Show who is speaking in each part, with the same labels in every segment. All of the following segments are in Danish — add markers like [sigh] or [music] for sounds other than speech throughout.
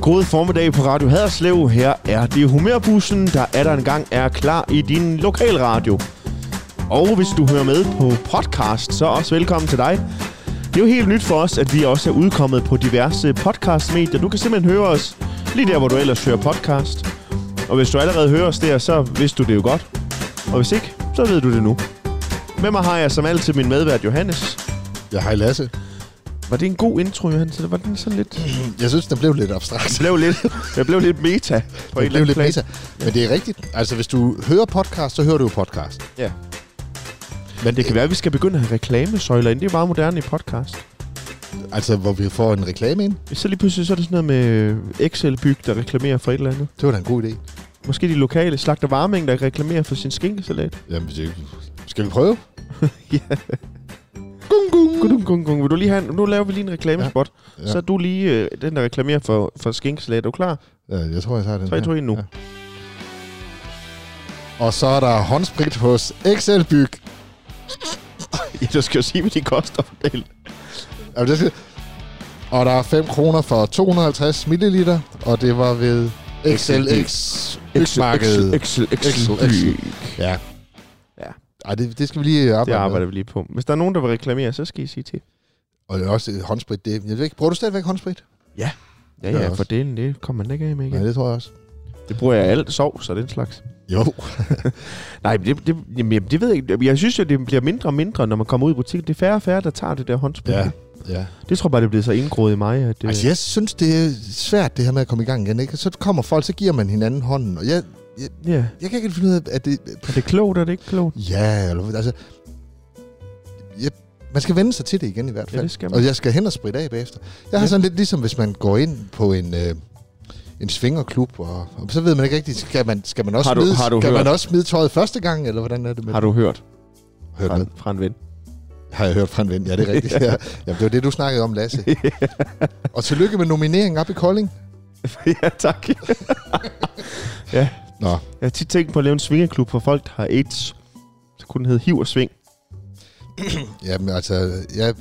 Speaker 1: God formiddag på Radio Haderslev. Her er det humørbussen, der er der engang er klar i din lokalradio. Og hvis du hører med på podcast, så også velkommen til dig. Det er jo helt nyt for os, at vi også er udkommet på diverse podcastmedier. Du kan simpelthen høre os lige der, hvor du ellers hører podcast. Og hvis du allerede hører os der, så vidste du det jo godt. Og hvis ikke, så ved du det nu. Med mig har jeg som altid min medvært Johannes.
Speaker 2: Ja, hej Lasse.
Speaker 1: Var det en god intro, Johannes? Eller var den sådan lidt...
Speaker 2: Jeg synes, den blev lidt abstrakt.
Speaker 1: [laughs] Det blev lidt, det blev lidt meta på
Speaker 2: Den
Speaker 1: en
Speaker 2: blev
Speaker 1: eller
Speaker 2: lidt
Speaker 1: anden
Speaker 2: meta. Men det er rigtigt. Altså, hvis du hører podcast, så hører du jo podcast. Øh,
Speaker 1: Ja. Men det kan være, at vi skal begynde at have reklamesøjler ind. Det er jo meget moderne i podcast.
Speaker 2: Altså, hvor vi får en reklame ind.
Speaker 1: Så lige pludselig så er det sådan noget med Excel-byg, der reklamerer for et eller andet.
Speaker 2: Det var da en god idé.
Speaker 1: Måske de lokale slagter varming, der reklamerer for sin skinkesalat.
Speaker 2: Jamen, hvis ikke... Skal vi prøve?
Speaker 1: [laughs] Ja.
Speaker 2: Gung, gung.
Speaker 1: Gudum, gudum, gudum. Vil du lige have en, nu laver vi lige en reklamespot. Ja.
Speaker 2: Ja.
Speaker 1: Ja. Så er du lige øh, den, der reklamerer for, for skinkesalat. Er du klar?
Speaker 2: Ja, Øh, jeg tror, jeg tager den
Speaker 1: 3,
Speaker 2: her.
Speaker 1: 2, 1 nu. Ja.
Speaker 2: Ja. Og så er der håndsprit hos XL Byg.
Speaker 1: ja, du skal jo sige, hvad de koster for del.
Speaker 2: Jamen, det skal... Og der er 5 kroner for 250 ml, og det var ved XLX Bygmarkedet.
Speaker 1: Excel,
Speaker 2: Excel,
Speaker 1: Excel.
Speaker 2: Excel. Ja.
Speaker 1: Ja.
Speaker 2: Ej, det, det skal vi lige
Speaker 1: Det
Speaker 2: arbejde med.
Speaker 1: arbejder vi lige på. Hvis der er nogen, der vil reklamere, så skal I sige til.
Speaker 2: Og det er også øh, håndsprit. Det, jeg ved ikke, bruger du stadigvæk håndsprit?
Speaker 1: Ja,
Speaker 2: Det er
Speaker 1: ja,
Speaker 2: også-
Speaker 1: for delen, det kommer man ikke af med igen.
Speaker 2: Nej, det tror jeg også.
Speaker 1: Det bruger jeg alt, sov, så den slags.
Speaker 2: Jo.
Speaker 1: Nej, men det, det, jamen, jamen, det ved jeg ikke. Jeg synes jo, det bliver mindre og mindre, når man kommer ud i butikken. Det er færre og færre, der tager det der håndspil.
Speaker 2: ja. ja.
Speaker 1: Det tror jeg bare, det bliver så indgroet i mig. At, øh,
Speaker 2: Altså, jeg synes, det er svært, det her med at komme i gang igen. Ikke? Så kommer folk, så giver man hinanden hånden. Og jeg,
Speaker 1: ja.
Speaker 2: jeg kan ikke helt finde ud af, at det...
Speaker 1: Er det klogt, er det ikke klogt?
Speaker 2: Ja, eller, altså... Jeg, man skal vende sig til det igen i hvert
Speaker 1: Ja,
Speaker 2: fald.
Speaker 1: det skal man.
Speaker 2: og jeg skal hen og spritte af bagefter. Jeg har
Speaker 1: Ja.
Speaker 2: sådan lidt ligesom, hvis man går ind på en... Øh, en svingerklub, og, og, så ved man ikke rigtigt, skal man, skal man også,
Speaker 1: Har du-
Speaker 2: smide,
Speaker 1: har du
Speaker 2: skal
Speaker 1: hørt-
Speaker 2: man også smide tøjet første gang, eller hvordan er det med
Speaker 1: Har du hørt
Speaker 2: Hørt
Speaker 1: fra,
Speaker 2: hvad?
Speaker 1: en- fra
Speaker 2: [laughs]
Speaker 1: en ven?
Speaker 2: Har jeg hørt fra en ven, ja, det er
Speaker 1: [laughs]
Speaker 2: rigtigt. ja. Jamen, det var det, du snakkede om, Lasse. og tillykke med nomineringen op i Kolding.
Speaker 1: ja, tak. [laughs] ja.
Speaker 2: Nå.
Speaker 1: Jeg har tit tænkt på at lave en svingeklub for folk, der har AIDS. Så kunne den hedde Hiv og Sving.
Speaker 2: Jamen, altså, ja,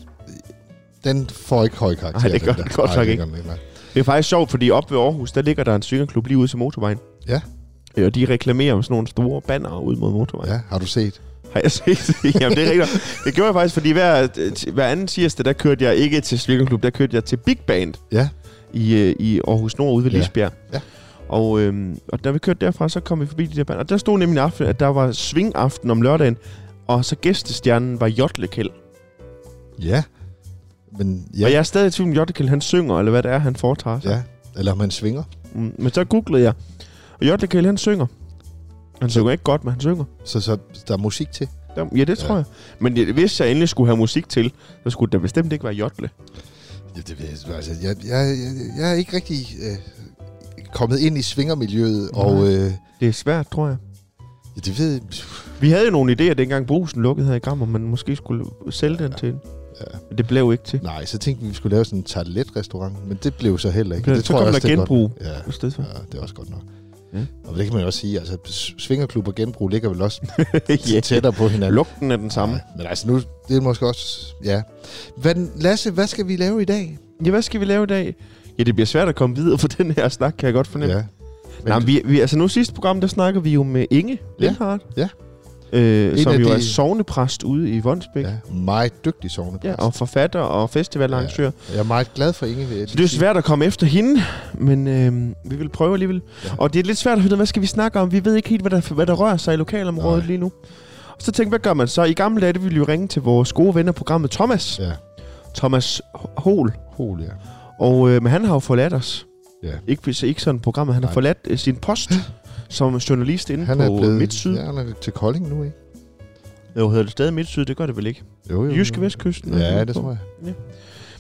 Speaker 2: den får ikke høj karakter.
Speaker 1: Nej, det gør
Speaker 2: den
Speaker 1: den
Speaker 2: der.
Speaker 1: godt
Speaker 2: Nej,
Speaker 1: nok
Speaker 2: det
Speaker 1: ikke.
Speaker 2: gør den nej.
Speaker 1: Det er faktisk sjovt, fordi oppe ved Aarhus, der ligger der en svingeklub lige ude til motorvejen.
Speaker 2: Ja.
Speaker 1: Øh, Og de reklamerer med sådan nogle store banner ud mod motorvejen.
Speaker 2: Ja, har du set?
Speaker 1: Har jeg set det? [laughs] Jamen, det er rigtigt. Det gjorde jeg faktisk, fordi hver, t- hver anden tirsdag, der kørte jeg ikke til Slikkerklub, der kørte jeg til Big Band
Speaker 2: Ja.
Speaker 1: i, øh, i Aarhus Nord ude ved
Speaker 2: Ja.
Speaker 1: Lisbjerg.
Speaker 2: Ja.
Speaker 1: Og, øhm, og da vi kørte derfra, så kom vi forbi de der bander. Og der stod nemlig en aften, at der var svingaften om lørdagen, og så gæstestjernen var Jotlekæld.
Speaker 2: Ja. Men
Speaker 1: Ja.
Speaker 2: ja,
Speaker 1: Og
Speaker 2: ja.
Speaker 1: jeg er stadig i tvivl, om Jotlekæld han synger, eller hvad det er, han foretager sig.
Speaker 2: ja. Eller om man svinger.
Speaker 1: Mm, men så googlede jeg, og Jotlekæld han synger. Han synger ikke godt, men han synger.
Speaker 2: Så, så der er musik til.
Speaker 1: Der- Ja, det
Speaker 2: Ja.
Speaker 1: tror jeg. Men det- hvis jeg endelig skulle have musik til, så skulle der bestemt ikke være Jotle.
Speaker 2: Ja, det ved jeg, altså, jeg, jeg, jeg, jeg er ikke rigtig øh, kommet ind i svingermiljøet,
Speaker 1: Nej.
Speaker 2: og øh,
Speaker 1: Det er svært, tror jeg.
Speaker 2: ja, det ved
Speaker 1: Vi havde jo nogle idéer, dengang brusen lukkede her i Gammer, man måske skulle sælge den til.
Speaker 2: Ja.
Speaker 1: Men det blev ikke til.
Speaker 2: Nej, så tænkte vi, vi skulle lave sådan en tartelet-restaurant, men det blev så heller ikke.
Speaker 1: Det,
Speaker 2: Det,
Speaker 1: det så
Speaker 2: tror jeg
Speaker 1: kom
Speaker 2: også,
Speaker 1: der
Speaker 2: det er godt.
Speaker 1: genbrug
Speaker 2: Ja.
Speaker 1: i stedet for.
Speaker 2: Ja, det er også godt nok.
Speaker 1: Ja.
Speaker 2: Ja. Og det kan man jo også sige, altså s- svingerklub og genbrug ligger vel også
Speaker 1: [laughs] ja.
Speaker 2: tættere på hinanden.
Speaker 1: Lugten er den samme.
Speaker 2: Ja, men altså nu, det er måske også, ja. Hvad, Lasse, hvad skal vi lave i dag?
Speaker 1: Ja, hvad skal vi lave i dag? Ja, det bliver svært at komme videre for [laughs] den her snak, kan jeg godt fornemme. Ja, men Nej, men vi, vi, altså nu sidste program, der snakkede vi jo med Inge Lindhardt.
Speaker 2: ja.
Speaker 1: Øh,
Speaker 2: En
Speaker 1: som
Speaker 2: af
Speaker 1: jo
Speaker 2: de-
Speaker 1: er sognepræst ude i Vondsbæk. Ja.
Speaker 2: ja, meget dygtig sovnepræst.
Speaker 1: ja, og forfatter og festivalarrangør. Ja.
Speaker 2: Jeg er meget glad for Inge. Ved,
Speaker 1: Så det er jo svært at komme efter hende, men øh, vi vil prøve alligevel. Ja.
Speaker 2: Ja.
Speaker 1: Og det er lidt svært at finde, ud af, hvad skal vi snakke om? Vi ved ikke helt, hvad der, hvad der rører sig i lokalområdet Nej.
Speaker 2: Nej.
Speaker 1: lige nu. Og så tænkte jeg, hvad gør man så? I gamle dage, der ville vi jo ringe til vores gode venner programmet Thomas.
Speaker 2: Ja,
Speaker 1: Thomas Hol.
Speaker 2: hol, ja.
Speaker 1: Og øh, men han har jo forladt os.
Speaker 2: Ja.
Speaker 1: Ikke, så ikke sådan programmet. Han har
Speaker 2: Nej.
Speaker 1: forladt øh, sin
Speaker 2: [laughs]
Speaker 1: post som journalist inde
Speaker 2: Han
Speaker 1: på
Speaker 2: er blevet
Speaker 1: Midtsyd.
Speaker 2: Ja, han er til Kolding nu, ikke?
Speaker 1: Jo, hedder det stadig Midtsyd? Det gør det vel ikke.
Speaker 2: Jo, jo.
Speaker 1: Jyske Vestkysten. er
Speaker 2: Øh, Ja,
Speaker 1: ude
Speaker 2: det
Speaker 1: på.
Speaker 2: tror jeg.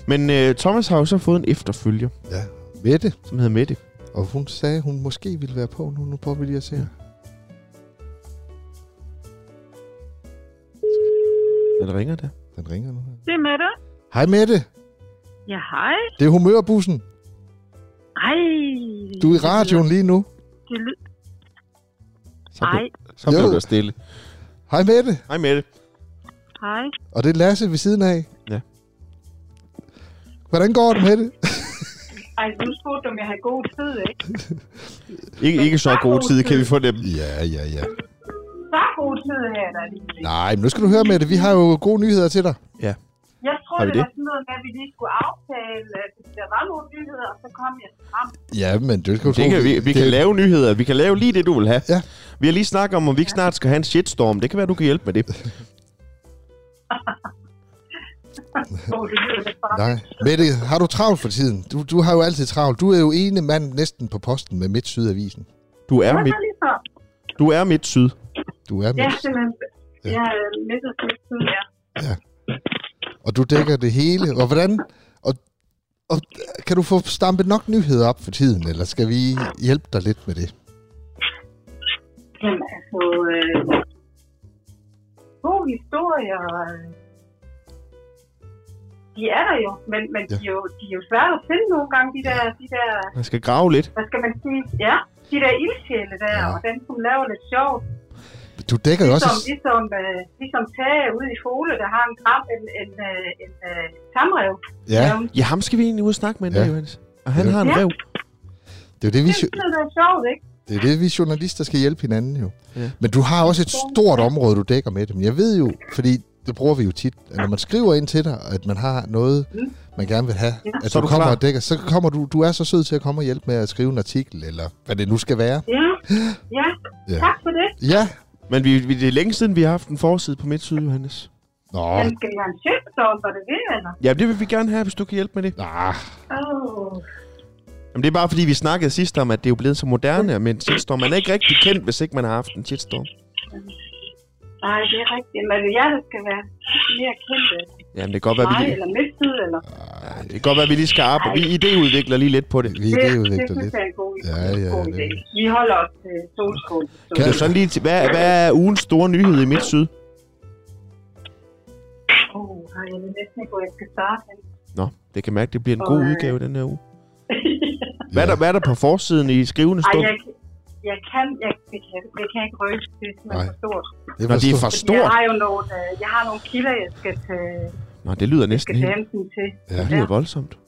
Speaker 1: Men øh, Thomas har jo så fået en efterfølger,
Speaker 2: Ja, Mette.
Speaker 1: som hedder Mette.
Speaker 2: Og hun sagde, hun måske ville være på nu. Nu prøver vi lige at se. Ja.
Speaker 1: Den ringer der.
Speaker 2: Den ringer nu.
Speaker 3: Det er Mette.
Speaker 2: Hej Mette,
Speaker 3: Ja, hej.
Speaker 2: det er humørbussen.
Speaker 3: Ej.
Speaker 2: Du er i radioen lige nu.
Speaker 3: Det lyder...
Speaker 1: Så
Speaker 3: Ej,
Speaker 1: blev, så blev
Speaker 2: Jo.
Speaker 1: der stille.
Speaker 2: Hej Mette.
Speaker 1: Hej Mette.
Speaker 3: hej.
Speaker 2: Og det er Lasse ved siden af.
Speaker 1: Ja.
Speaker 2: Hvordan går det med det?
Speaker 3: Ej, nu spurgte du, om jeg havde god tid, ikke?
Speaker 1: Ikke, ikke så god tid, kan vi få dem.
Speaker 2: [laughs] Ja, ja, ja.
Speaker 3: Så god tid her, der lige.
Speaker 2: Nej, men nu skal du høre med det. Vi har jo gode nyheder til dig.
Speaker 1: Ja.
Speaker 3: Jeg
Speaker 1: Har
Speaker 3: troede,
Speaker 1: vi
Speaker 3: det
Speaker 1: det?
Speaker 3: var sådan noget med, at vi lige skulle aftale, at der var nogle nyheder, og så kom jeg frem.
Speaker 2: Ja, men du skal jo
Speaker 1: Det
Speaker 2: tro,
Speaker 1: kan, vi, vi kan lave nyheder. Vi kan lave lige det, du vil have.
Speaker 2: Ja.
Speaker 1: Vi har lige snakket om, om vi ikke snart skal have en shitstorm. Det kan være, du kan hjælpe med det.
Speaker 3: Åh, det lyder lidt bare.
Speaker 2: Nej. Mette, har du travlt for tiden? Du, du har jo altid travlt. Du er jo ene mand næsten på posten med Midtsydavisen.
Speaker 1: Du er
Speaker 3: Hvad
Speaker 1: mit,
Speaker 3: så lige før?
Speaker 1: du er mit syd.
Speaker 2: Du er
Speaker 3: Jeg
Speaker 2: midt,
Speaker 3: er simpelthen... Jeg er midlertidig tid, ja.
Speaker 2: og du dækker det hele. Og hvordan... Og, og kan du få stampet nok nyheder op for tiden, eller skal vi hjælpe dig lidt med det?
Speaker 3: Jamen, altså... Øh, god historie, og... øh, De er der jo, men, men
Speaker 2: Ja.
Speaker 3: ja. de, er jo, de er jo svære at finde nogle gange, de der, de der,
Speaker 1: Jeg skal grave lidt.
Speaker 3: hvad skal man sige, ja, de der ildsjæle der,
Speaker 2: Ja.
Speaker 3: ja. og dem, som laver lidt sjovt,
Speaker 2: Du dækker jo også...
Speaker 3: Ligesom, ligesom, øh, ligesom Tage ude i Fole, der har en kram, en, en, øh, en øh, tamrev.
Speaker 2: Ja,
Speaker 1: Ja, ham skal vi egentlig ud og snakke med,
Speaker 2: Ja.
Speaker 1: ja. Johannes. Og han
Speaker 2: Ja.
Speaker 1: har en
Speaker 3: Ja.
Speaker 1: rev.
Speaker 2: det er jo det, vi...
Speaker 3: Det er sådan noget sjovt, ikke?
Speaker 2: Det er det, vi journalister skal hjælpe hinanden jo. Ja.
Speaker 1: Ja.
Speaker 2: Men du har også et stort område, du dækker med dem. Jeg ved jo, fordi det bruger vi jo tit, at når man skriver ind til dig, at man har noget,
Speaker 3: Mm.
Speaker 2: man gerne vil have,
Speaker 3: Ja.
Speaker 2: at
Speaker 1: Så
Speaker 2: så
Speaker 1: er
Speaker 2: du,
Speaker 1: du
Speaker 2: kommer
Speaker 1: klar.
Speaker 2: og dækker, så kommer du, du er så sød til at komme og hjælpe med at skrive en artikel, eller hvad det nu skal være.
Speaker 3: Ja, ja.
Speaker 2: Ja.
Speaker 3: ja. tak for det.
Speaker 2: Ja,
Speaker 1: Men vi, vi, det er længe siden, vi har haft en forside på mit syd, Johannes.
Speaker 2: nå,
Speaker 3: Han skal have en shitstorm, var det det, eller?
Speaker 1: Ja, det vil vi gerne have, hvis du kan hjælpe med det.
Speaker 2: nah,
Speaker 3: Oh.
Speaker 1: Jamen, det er bare fordi, vi snakkede sidst om, at det er jo blevet så moderne med en shitstorm. Man er ikke rigtig kendt, hvis ikke man har haft en shitstorm.
Speaker 3: Nej, det er rigtigt. Men det er jer, der skal være mere kendte.
Speaker 1: Jamen, det kan godt være,
Speaker 3: Mig
Speaker 1: vi, lige,
Speaker 3: eller midtid, eller?
Speaker 1: ja, det kan godt være, vi lige skal arbejde. Vi idéudvikler lige lidt på det.
Speaker 2: vi
Speaker 3: det,
Speaker 2: det
Speaker 3: det
Speaker 2: udvikler
Speaker 3: synes
Speaker 2: lidt.
Speaker 3: jeg er en god,
Speaker 2: Ja, ja,
Speaker 3: god
Speaker 2: det er
Speaker 3: idé.
Speaker 2: det.
Speaker 3: Vi holder os til solskål.
Speaker 1: Kan du sådan lige... til- Hvad, hvad er ugens store nyhed i mit syd?
Speaker 3: Åh, nej, jeg ved næsten ikke, hvor jeg skal starte. henne.
Speaker 1: Nå, det kan mærke, det bliver en god
Speaker 3: Åh, ja.
Speaker 1: udgave den her uge.
Speaker 3: [laughs]
Speaker 1: Hvad er der, hvad er der på forsiden i skrivende
Speaker 3: Ej,
Speaker 1: stund?
Speaker 3: jeg, jeg kan, jeg, det kan, det kan jeg ikke røbe, det er simpelthen
Speaker 2: Nej.
Speaker 3: for stort.
Speaker 2: Det
Speaker 1: Nå,
Speaker 2: var
Speaker 1: det er
Speaker 2: stort.
Speaker 1: for
Speaker 3: Fordi Jeg
Speaker 1: stort.
Speaker 3: har jo nogle, øh, jeg har nogle kilder, jeg skal, tage,
Speaker 1: Nå, det lyder næsten
Speaker 3: skal
Speaker 1: helt...
Speaker 3: dansen til.
Speaker 2: Ja.
Speaker 1: Det lyder voldsomt.
Speaker 2: Ja.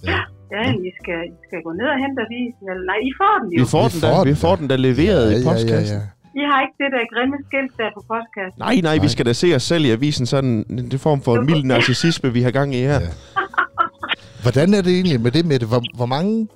Speaker 3: Ja, men I skal, I skal gå ned og hente avisen. Eller, nej, I får den jo.
Speaker 1: Vi får,
Speaker 2: Vi
Speaker 1: den,
Speaker 2: får
Speaker 1: der,
Speaker 2: den
Speaker 1: vi
Speaker 2: da.
Speaker 1: får den der leveret i postkassen.
Speaker 3: I har ikke det der grimme skilt der på postkassen.
Speaker 1: Nej, nej,
Speaker 2: Nej.
Speaker 1: vi skal da se os selv i avisen sådan en en form for en mild narcissisme, vi har gang i her.
Speaker 2: Ja. Hvordan er det egentlig med det, Mette? Hvor, hvor mange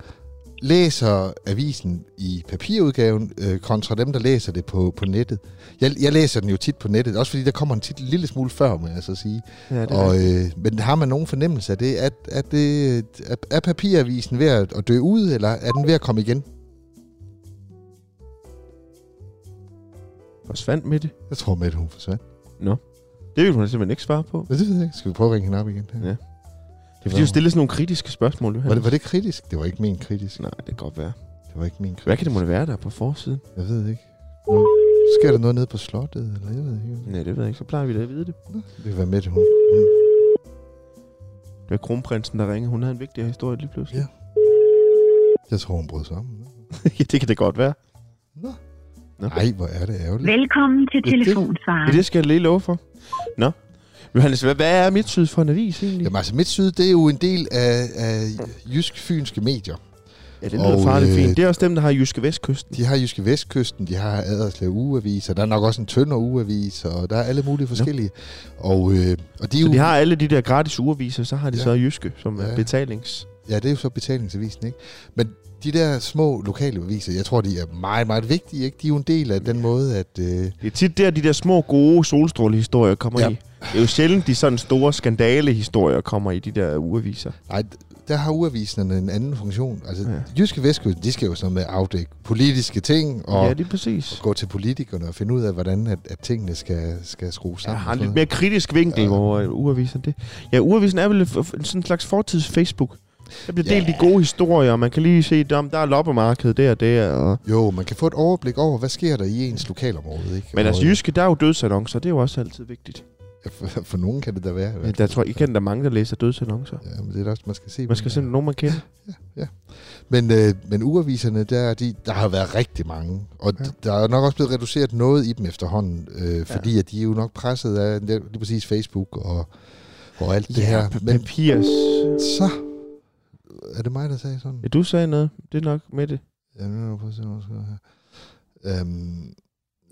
Speaker 2: læser avisen i papirudgaven øh, kontra dem, der læser det på, på nettet? Jeg, jeg læser den jo tit på nettet, også fordi der kommer en tit en lille smule før, må jeg så sige.
Speaker 1: Ja, det er
Speaker 2: Og, øh, men har man nogen fornemmelse af det? Er, er, det, er, er papiravisen ved at, at dø ud, eller er den ved at komme igen?
Speaker 1: Forsvandt med det.
Speaker 2: Jeg tror, Mette, hun forsvandt.
Speaker 1: Det vil hun simpelthen ikke svare på.
Speaker 2: Men det ved jeg ikke. Skal vi prøve at ringe hende op igen?
Speaker 1: Ja. Det er fordi, hun stillede sådan nogle kritiske spørgsmål.
Speaker 2: Var
Speaker 1: Johan.
Speaker 2: det, var det kritisk? Det var ikke min kritisk.
Speaker 1: Nej, det kan godt være.
Speaker 2: Det var ikke min kritisk.
Speaker 1: Hvad kan det måtte være, der er på forsiden?
Speaker 2: Jeg ved ikke. Nå, sker der noget nede på slottet, eller jeg ved ikke.
Speaker 1: Nej, det ved jeg ikke. Så plejer vi da at vide det.
Speaker 2: Det kan være Mette, hun... hun
Speaker 1: Det var kronprinsen, der ringer. Hun havde en vigtig historie lige pludselig.
Speaker 2: Ja. jeg tror, hun brød sammen.
Speaker 1: Ja, [laughs] det kan det godt være.
Speaker 2: Nå.
Speaker 1: Nå.
Speaker 2: Nej, hvor er det ærgerligt.
Speaker 4: Velkommen til
Speaker 2: Ja, det-
Speaker 4: telefonsvaren.
Speaker 1: Ja, det skal jeg lige love for. Nå. Johannes, hvad, hvad er mit syd for en avis egentlig?
Speaker 2: Jamen altså, Midtsyd, det er jo en del af, af jysk-fynske medier.
Speaker 1: Ja, det lyder
Speaker 2: og,
Speaker 1: farligt
Speaker 2: øh,
Speaker 1: fint. Det er også dem, der har Jyske Vestkysten.
Speaker 2: De har Jyske Vestkysten, de har Aderslev Ugeavis, og der er nok også en Tønder Ugeavis, og der er alle mulige forskellige. Og, øh, og de er
Speaker 1: Så
Speaker 2: jo,
Speaker 1: de har alle de der gratis ugeviser, så har de
Speaker 2: Ja.
Speaker 1: så Jyske som
Speaker 2: Ja.
Speaker 1: ja. betalings...
Speaker 2: Ja, det er jo så betalingsavisen, ikke? Men de der små lokale aviser, jeg tror, de er meget, meget vigtige, ikke? De er jo en del af den måde, at... Øh,
Speaker 1: Det er tit der, de der små, gode solstrålehistorier kommer
Speaker 2: Ja.
Speaker 1: ja. i. Det er jo sjældent, de sådan store skandalehistorier kommer i de der ugeviser.
Speaker 2: Nej, d- der har uaviserne en anden funktion. Altså, ja.
Speaker 1: Ja.
Speaker 2: Jyske Vestkysten, de skal jo sådan med at afdække politiske ting, og
Speaker 1: Ja,
Speaker 2: ja,
Speaker 1: det er præcis.
Speaker 2: gå til politikerne og finde ud af, hvordan at, at tingene skal, skal skrues
Speaker 1: Jeg
Speaker 2: sammen.
Speaker 1: har
Speaker 2: og
Speaker 1: en
Speaker 2: sådan
Speaker 1: lidt mere kritisk vinkel,
Speaker 2: Ja.
Speaker 1: ja. hvor øh, ugeavisen det. Ja, ugeavisen er vel f- f- sådan en slags fortids Facebook. Der bliver
Speaker 2: Ja.
Speaker 1: delt de gode historier, og man kan lige se, om der er loppemarked der og der. Og...
Speaker 2: noget. Jo, man kan få et overblik over, hvad sker der i ens lokalområde, ikke?
Speaker 1: Men
Speaker 2: Og,
Speaker 1: altså, Jyske, der er jo dødsannoncer, det er jo også altid vigtigt.
Speaker 2: øh, For, for nogen kan det da være. i hvert
Speaker 1: Men
Speaker 2: fald.
Speaker 1: der tror jeg, I kender der er mange, der læser dødsannoncer.
Speaker 2: Ja, men det er da også, man skal se.
Speaker 1: Man skal
Speaker 2: hvem der-
Speaker 1: simpelthen nogen, man kender.
Speaker 2: Men, øh, men ugeaviserne, der, er de, der har været rigtig mange. Og ja. der er nok også blevet reduceret noget i dem efterhånden, øh, fordi ja. at de er jo nok presset af lige lige præcis Facebook og, og alt det her.
Speaker 1: Papirs.
Speaker 2: Så Er det mig, der sagde sådan?
Speaker 1: Ja, du sagde noget. Det er nok med det.
Speaker 2: Ja, nu er jeg på at se, hvad jeg skal her. Øhm,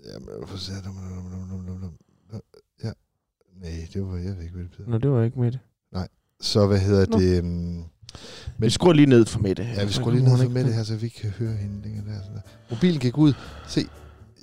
Speaker 2: jamen, jeg får se. dum, dum, dum, dum, dum, dum. Ja. Nej, det var, jeg ved ikke, hvad det betyder.
Speaker 1: Nå, det var ikke med det.
Speaker 2: Så hvad hedder
Speaker 1: Nå.
Speaker 2: det? øhm,
Speaker 1: Men vi skruer lige ned for med det.
Speaker 2: Ja, vi skulle lige ned for med det her, så vi ikke kan høre hende længere der. Sådan der. Mobilen gik ud. Se,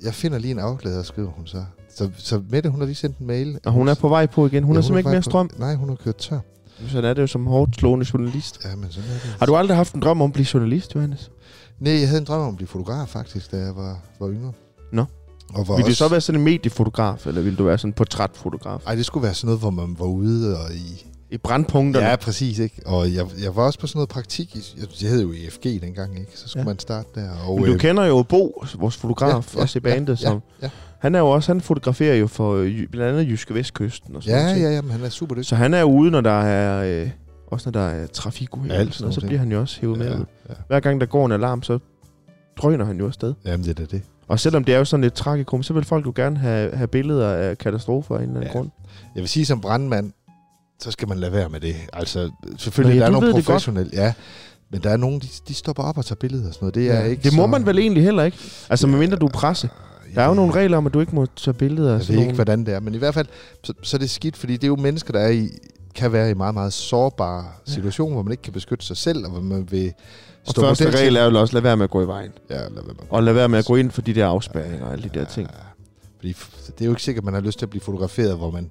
Speaker 2: jeg finder lige en aflader, skriver hun så. Så, så Mette, hun har lige sendt en mail.
Speaker 1: Og hun er på vej på igen. Hun ja, er simpelthen ikke mere
Speaker 2: faktisk
Speaker 1: strøm.
Speaker 2: på- Nej, hun har kørt tør.
Speaker 1: Sådan er det jo som hårdt slående journalist.
Speaker 2: Ja, men sådan er det.
Speaker 1: Har du aldrig haft en drøm om at blive journalist, Johannes?
Speaker 2: Nej, jeg havde en drøm om at blive fotograf, faktisk, da jeg var, var yngre.
Speaker 1: Nå.
Speaker 2: Og var
Speaker 1: Vil du
Speaker 2: også...
Speaker 1: så være sådan en mediefotograf, eller vil du være sådan en portrætfotograf?
Speaker 2: Ej, det skulle være sådan noget, hvor man var ude og i...
Speaker 1: I brandpunkterne?
Speaker 2: Ja, præcis, ikke? Og jeg, jeg var også på sådan noget praktik. I, jeg, det hed jo EFG dengang, ikke? Så skulle
Speaker 1: Ja.
Speaker 2: ja. man starte der. Og,
Speaker 1: Men du
Speaker 2: øh,
Speaker 1: kender jo Bo, vores fotograf, ja,
Speaker 2: Ja,
Speaker 1: ja,
Speaker 2: ja,
Speaker 1: også i bandet, ja,
Speaker 2: ja,
Speaker 1: som...
Speaker 2: ja.
Speaker 1: Han er jo også, han fotograferer jo for øh, Jy- blandt andet Jyske Vestkysten og sådan
Speaker 2: Ja,
Speaker 1: noget.
Speaker 2: ja, ja, men han er super dygtig.
Speaker 1: Så han er jo ude, når der er... Øh, også når der er trafikuheld,
Speaker 2: Ja,
Speaker 1: ja,
Speaker 2: alt
Speaker 1: så, så
Speaker 2: sådan
Speaker 1: bliver han jo også hævet ja.
Speaker 2: ja,
Speaker 1: med.
Speaker 2: ja.
Speaker 1: Hver gang der går en alarm, så drøner han jo afsted.
Speaker 2: Jamen, det er da det.
Speaker 1: Og selvom det er jo sådan lidt tragikum, så vil folk jo gerne have, have billeder af katastrofer af en eller anden ja.
Speaker 2: Ja.
Speaker 1: grund.
Speaker 2: Jeg vil sige, som brandmand, så skal man lade være med det. Altså, selvfølgelig,
Speaker 1: Nå, ja,
Speaker 2: der er
Speaker 1: du ved
Speaker 2: nogle
Speaker 1: det godt.
Speaker 2: professionelle, ja. Men der er nogen, de, de stopper op og tager billeder og sådan noget. Det, er ikke
Speaker 1: det må
Speaker 2: så,
Speaker 1: man vel egentlig heller ikke. Altså, medmindre du er presse. Der er jo nogle regler om, at du ikke må tage billeder af
Speaker 2: Jeg ved
Speaker 1: sådan
Speaker 2: ikke,
Speaker 1: nogle...
Speaker 2: hvordan det er, men i hvert fald, så, så er det skidt, fordi det er jo mennesker, der er i, kan være i meget, meget sårbare situationer, hvor man ikke kan beskytte sig selv, og hvor man vil
Speaker 1: Og
Speaker 2: model
Speaker 1: første
Speaker 2: til-
Speaker 1: regel er jo også, lad være med at gå i vejen.
Speaker 2: Ja, lad være med.
Speaker 1: Og lad være med at gå ind for de der afspærringer og alle de der ting.
Speaker 2: Fordi f- det er jo ikke sikkert, at man har lyst til at blive fotograferet, hvor man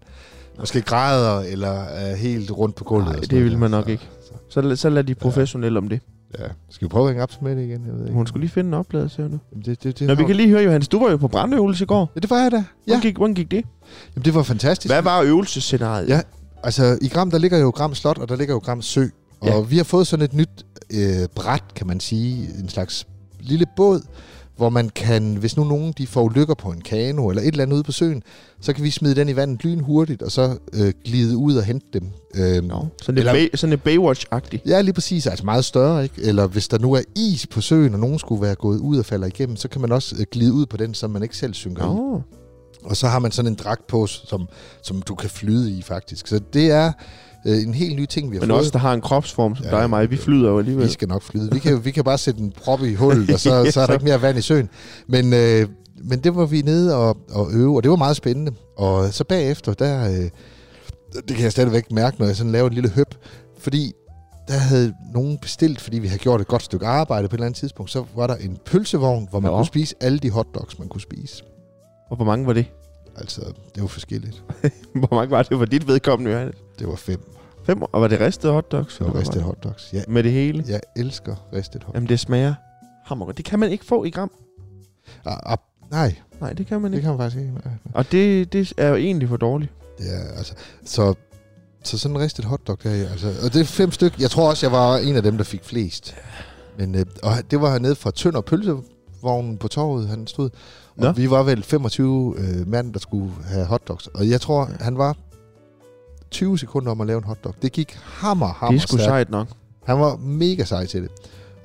Speaker 2: måske græder, eller er helt rundt på gulvet.
Speaker 1: Nej,
Speaker 2: og sådan
Speaker 1: det
Speaker 2: noget
Speaker 1: vil
Speaker 2: der.
Speaker 1: man nok
Speaker 2: Så-
Speaker 1: ikke. Så, la- så lad de professionelle om det.
Speaker 2: Ja. Skal vi prøve at ringe op til Mette igen? Jeg ved ikke.
Speaker 1: Hun skulle lige finde en oplader, ser jeg nu.
Speaker 2: Jamen, det, det,
Speaker 1: Nå,
Speaker 2: det, har
Speaker 1: vi
Speaker 2: hun-
Speaker 1: kan lige høre, Johannes, du var jo på brandøvelse i går.
Speaker 2: Ja, det var jeg da.
Speaker 1: Hvordan,
Speaker 2: Ja.
Speaker 1: gik, hvordan gik det?
Speaker 2: Jamen, det var fantastisk.
Speaker 1: Hvad var øvelsesscenariet?
Speaker 2: Ja. Altså, i Gram, der ligger jo Gram Slot, og der ligger jo Gram Sø. Og
Speaker 1: Ja.
Speaker 2: ja. vi har fået sådan et nyt øh, bræt, kan man sige. En slags lille båd, hvor man kan, hvis nu nogen de får ulykker på en kano eller et eller andet ude på søen, så kan vi smide den i vandet lynhurtigt, og så øh, glide ud og hente dem. Øh,
Speaker 1: Nå, sådan lidt,
Speaker 2: Eller-
Speaker 1: Bay, sådan lidt Baywatch-agtigt.
Speaker 2: Ja, lige præcis. Altså meget større, ikke? Eller hvis der nu er is på søen, og nogen skulle være gået ud og falder igennem, så kan man også øh, glide ud på den, så man ikke selv synker i.
Speaker 1: Nå,
Speaker 2: Og så har man sådan en dragt på, som, som du kan flyde i faktisk. Så det er øh, en helt ny ting, vi har
Speaker 1: men
Speaker 2: fået.
Speaker 1: også, der har en kropsform som ja,
Speaker 2: Ja,
Speaker 1: dig og mig. Vi flyder jo alligevel.
Speaker 2: Vi skal nok flyde. Vi kan, vi kan bare sætte en prop i hullet, [laughs] og så, så er der ikke mere vand i søen. Men, øh, men det var vi nede og, og øve, og det var meget spændende. Og så bagefter, der, øh, det kan jeg stadigvæk mærke, når jeg sådan laver en lille høb, fordi der havde nogen bestilt, fordi vi havde gjort et godt stykke arbejde på et eller andet tidspunkt, så var der en pølsevogn, hvor man
Speaker 1: Nå.
Speaker 2: kunne spise alle de hotdogs, man kunne spise.
Speaker 1: Og hvor mange var det? [laughs]
Speaker 2: Altså, det var forskelligt.
Speaker 1: Hvor mange var det for dit vedkommende, Johannes?
Speaker 2: Det var fem.
Speaker 1: Fem, og var det ristede hotdogs?
Speaker 2: Det
Speaker 1: eller
Speaker 2: var
Speaker 1: hvad
Speaker 2: ristet hotdogs. Ja,
Speaker 1: det? Med det hele?
Speaker 2: jeg elsker ristet hotdogs.
Speaker 1: Jamen, det smager hammergodt. Det kan man ikke få i gram.
Speaker 2: Ah, ah, nej,
Speaker 1: Nej, det kan man
Speaker 2: det
Speaker 1: ikke.
Speaker 2: kan man faktisk ikke. Nej.
Speaker 1: Og det, det er jo egentlig for dårligt.
Speaker 2: Det er, altså, så, så sådan en ristet hotdog der, altså, og det er fem styk. Jeg tror også, jeg var en af dem, der fik flest. Men, øh, og det var hernede fra Tønder Pølsevognen på torvet, han stod. Og
Speaker 1: Nå.
Speaker 2: Nå. vi var vel 25 øh, mand, der skulle have hotdogs. Og jeg tror, han var 20 sekunder om at lave en hotdog. Det gik hammer, hammer
Speaker 1: Det er sgu
Speaker 2: stærkt.
Speaker 1: sejt nok.
Speaker 2: Han var mega sej til det.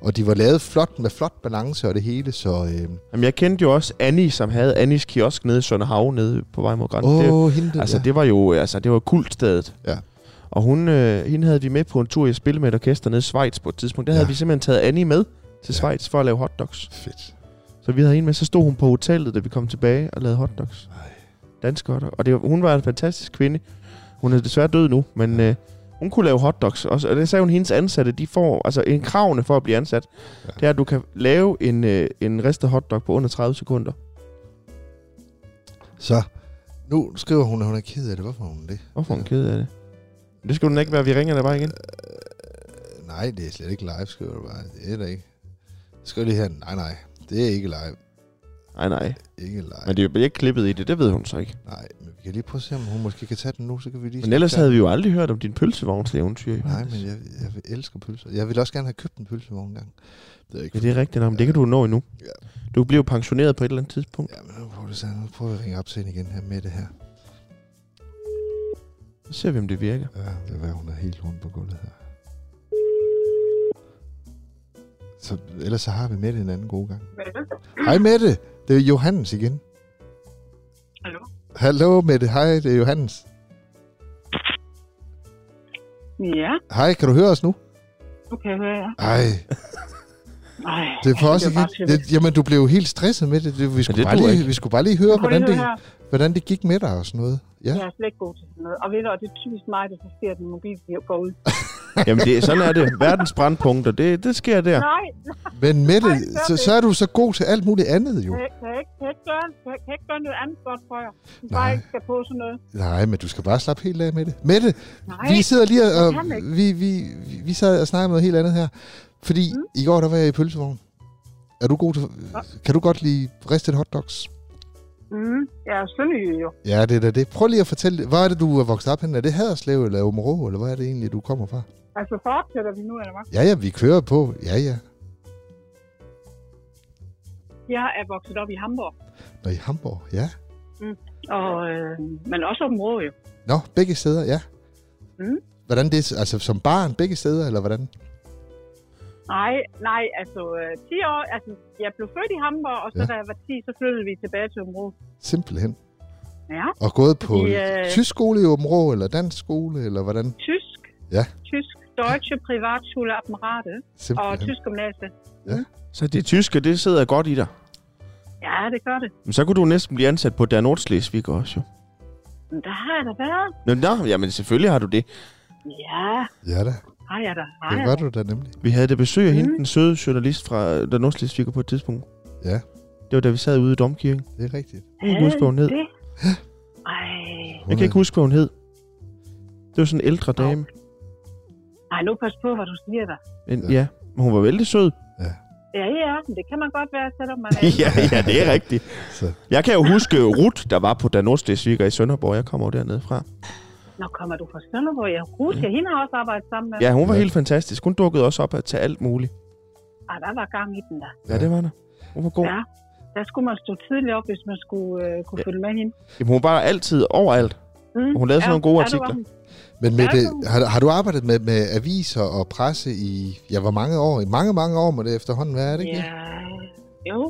Speaker 2: Og de var lavet flot, med flot balance og det hele, så... Øh,
Speaker 1: Jamen, jeg kendte jo også Annie, som havde Annies kiosk nede i Sønderhav, nede på vej mod grænsen. Det,
Speaker 2: åh, hende der.
Speaker 1: altså, det var jo altså, det var kultstedet.
Speaker 2: Ja.
Speaker 1: Og hun, øh, hende havde vi med på en tur i at spille med et orkester nede i Schweiz på et tidspunkt. Der ja. havde
Speaker 2: Ja.
Speaker 1: vi simpelthen taget Annie med til
Speaker 2: Ja.
Speaker 1: Schweiz for at lave hotdogs.
Speaker 2: Fedt.
Speaker 1: Så vi havde en med, så stod hun på hotellet, da vi kom tilbage og lavede hotdogs.
Speaker 2: Ej.
Speaker 1: Dansk hotdog. Og det, var- hun var en fantastisk kvinde. Hun er desværre død nu, men øh, hun kunne lave hotdogs. Også, og det sagde hun, hendes ansatte, de får, altså en kravene for at blive ansat, ja.
Speaker 2: Ja.
Speaker 1: det er, at du kan lave en, øh, en ristet hotdog på under 30 sekunder.
Speaker 2: Så nu skriver hun, at hun er ked af det. Hvorfor er hun det?
Speaker 1: Hvorfor er hun ked af det? Men det skulle den ikke være, vi ringer dig bare igen.
Speaker 2: Øh, nej, det er slet ikke live, skriver du bare. Det er det ikke. Skriv lige her, nej, nej, det er ikke live.
Speaker 1: Nej, nej.
Speaker 2: Ikke live.
Speaker 1: øh, Men det bliver ikke klippet i det, det ved hun så ikke.
Speaker 2: Nej, men vi kan lige prøve at se, om hun måske kan tage den nu, så kan vi lige...
Speaker 1: Men ellers
Speaker 2: snakke
Speaker 1: havde vi jo aldrig hørt om din pølsevognseventyr.
Speaker 2: der. Nej, men jeg, jeg vil elsker pølser. Jeg ville også gerne have købt en pølsevogn engang. Det er ikke...
Speaker 1: Ja, det er rigtigt. Nå, men det kan du nå endnu.
Speaker 2: Ja.
Speaker 1: Du bliver jo pensioneret på et eller andet tidspunkt.
Speaker 2: Ja, men nu prøver, det, så nu prøver vi at ringe op til hende igen her med det her.
Speaker 1: Så ser vi, om det virker.
Speaker 2: Ja, det er være, hun er helt rundt på gulvet her. Så, ellers så har vi Mette en anden god gang. Hej Mette, det er Johannes igen.
Speaker 3: Hallo?
Speaker 2: Hallo Mette, hej, det er Johannes.
Speaker 3: Ja,
Speaker 2: Hej, kan du høre os nu?
Speaker 3: Nu kan jeg høre jer.
Speaker 2: Ej,
Speaker 3: Ej,
Speaker 2: det er for os
Speaker 3: var
Speaker 2: ikke...
Speaker 3: bare typisk.
Speaker 2: Det, jamen, du blev jo helt stresset med det. det vi, skulle
Speaker 1: det
Speaker 2: det bare
Speaker 1: duer
Speaker 2: lige,
Speaker 1: ikke.
Speaker 2: vi skulle bare lige høre,
Speaker 3: Prøv
Speaker 2: hvordan
Speaker 3: lige
Speaker 2: det,
Speaker 3: at høre.
Speaker 2: hvordan det gik med dig og sådan noget. Ja.
Speaker 3: Jeg er slet ikke god til sådan noget. Og ved du, og det er typisk mig, der så ser at min mobil bliver går ud.
Speaker 1: [laughs] Jamen, det, sådan er det. Verdens brandpunkter, det, det sker der.
Speaker 3: Nej,
Speaker 2: Men Mette,
Speaker 3: Nej, gør
Speaker 2: så,
Speaker 3: det.
Speaker 2: så er du så god til alt muligt andet jo.
Speaker 3: kan jeg, kan jeg ikke, kan jeg ikke, gøre, kan jeg, kan jeg ikke gøre noget andet godt for jer? Du
Speaker 2: Nej.
Speaker 3: bare ikke skal på sådan noget.
Speaker 2: Nej, men du skal bare slappe helt af med det. Mette,
Speaker 3: Nej,
Speaker 2: vi sidder lige og, og
Speaker 3: jeg kan ikke.
Speaker 2: vi, vi, vi- vi sad og snakkede om noget helt andet her. Fordi mm. i går, der var jeg i pølsevogn. Er du god til, kan du godt lide ristet hotdogs?
Speaker 3: mm, jeg er sønderjyde jo.
Speaker 2: Ja, det er da det. Prøv lige at fortælle, hvor er det, du er vokset op henne? Er det Haderslev eller Områ, eller hvor er det egentlig, du kommer fra?
Speaker 3: Altså fortsætter vi nu, eller hvad?
Speaker 2: Ja, ja, vi kører på. Ja, ja.
Speaker 3: Jeg er vokset op i Hamburg,
Speaker 2: Når i Hamburg, ja.
Speaker 3: og, øh, men også området jo.
Speaker 2: Nå, begge steder, ja.
Speaker 3: Mm.
Speaker 2: Hvordan det, altså som barn, begge steder, eller hvordan?
Speaker 3: Nej, nej, altså øh, 10 år, altså jeg blev født i Hamburg, og så
Speaker 2: Ja.
Speaker 3: ja. da jeg var 10, så flyttede vi tilbage til området.
Speaker 2: Simpelthen.
Speaker 3: Ja,
Speaker 2: Og gået på
Speaker 3: Fordi,
Speaker 2: øh...
Speaker 3: øh,
Speaker 2: tysk skole i Åben Rå, eller dansk skole, eller hvordan?
Speaker 3: tysk.
Speaker 2: Ja.
Speaker 3: Tysk, Deutsche Privatschule Apparate og
Speaker 2: Simpelthen.
Speaker 3: tysk gymnasie.
Speaker 1: Så det tyske, det sidder godt i dig.
Speaker 3: Ja, det gør det.
Speaker 1: Men så kunne du næsten blive ansat på Dan Nordslesvig også, jo.
Speaker 3: Men der har jeg da været.
Speaker 1: Nå, nå, jamen selvfølgelig har du det.
Speaker 3: Ja,
Speaker 2: Ja da,
Speaker 3: har jeg da. Har
Speaker 2: det
Speaker 3: jeg
Speaker 2: var
Speaker 3: da.
Speaker 2: du da nemlig.
Speaker 1: Vi havde det besøg af mm. hende, den søde journalist fra Dan Nordslesvig på et tidspunkt.
Speaker 2: Ja.
Speaker 1: Det var da vi sad ude i Domkirken.
Speaker 2: Det er rigtigt.
Speaker 1: Jeg kan ikke huske, hvad hun hed.
Speaker 3: Det? Ej,
Speaker 1: Jeg kan ikke huske, hvad hun hed. Det var sådan en ældre dame.
Speaker 3: Ej, nu pas på, hvad du siger der.
Speaker 1: Men, ja. ja. men hun var vældig sød.
Speaker 3: Ja, ja, men det kan man godt være, selvom man er...
Speaker 1: [laughs] ja, ja, det [laughs] er rigtigt.
Speaker 2: Så.
Speaker 1: Jeg kan jo huske Rut, der var på Dan Nordslesvig i Sønderborg. Jeg kommer jo dernede fra.
Speaker 3: Nå, kommer du fra Sønderborg? Ja, Ruth, ja, hende har også arbejdet sammen med.
Speaker 1: Ja, hun var
Speaker 2: Ja.
Speaker 1: helt fantastisk. Hun dukkede også op til alt muligt.
Speaker 3: Ej, der var gang i den der.
Speaker 1: Ja, det var der. Hun var god.
Speaker 3: Ja. Der skulle man stå tidligt op, hvis man skulle øh, kunne følge med hende.
Speaker 1: Jamen, hun var altid overalt.
Speaker 3: Mm.
Speaker 1: Hun lavede sådan nogle gode
Speaker 3: ja, det var
Speaker 1: artikler.
Speaker 3: hun.
Speaker 2: Men Mette,
Speaker 3: Ja, du-
Speaker 2: har, har du arbejdet med, med aviser og presse i, ja, hvor mange år? I mange, mange år må det efterhånden være, er det ikke? det?
Speaker 3: Ja, jo.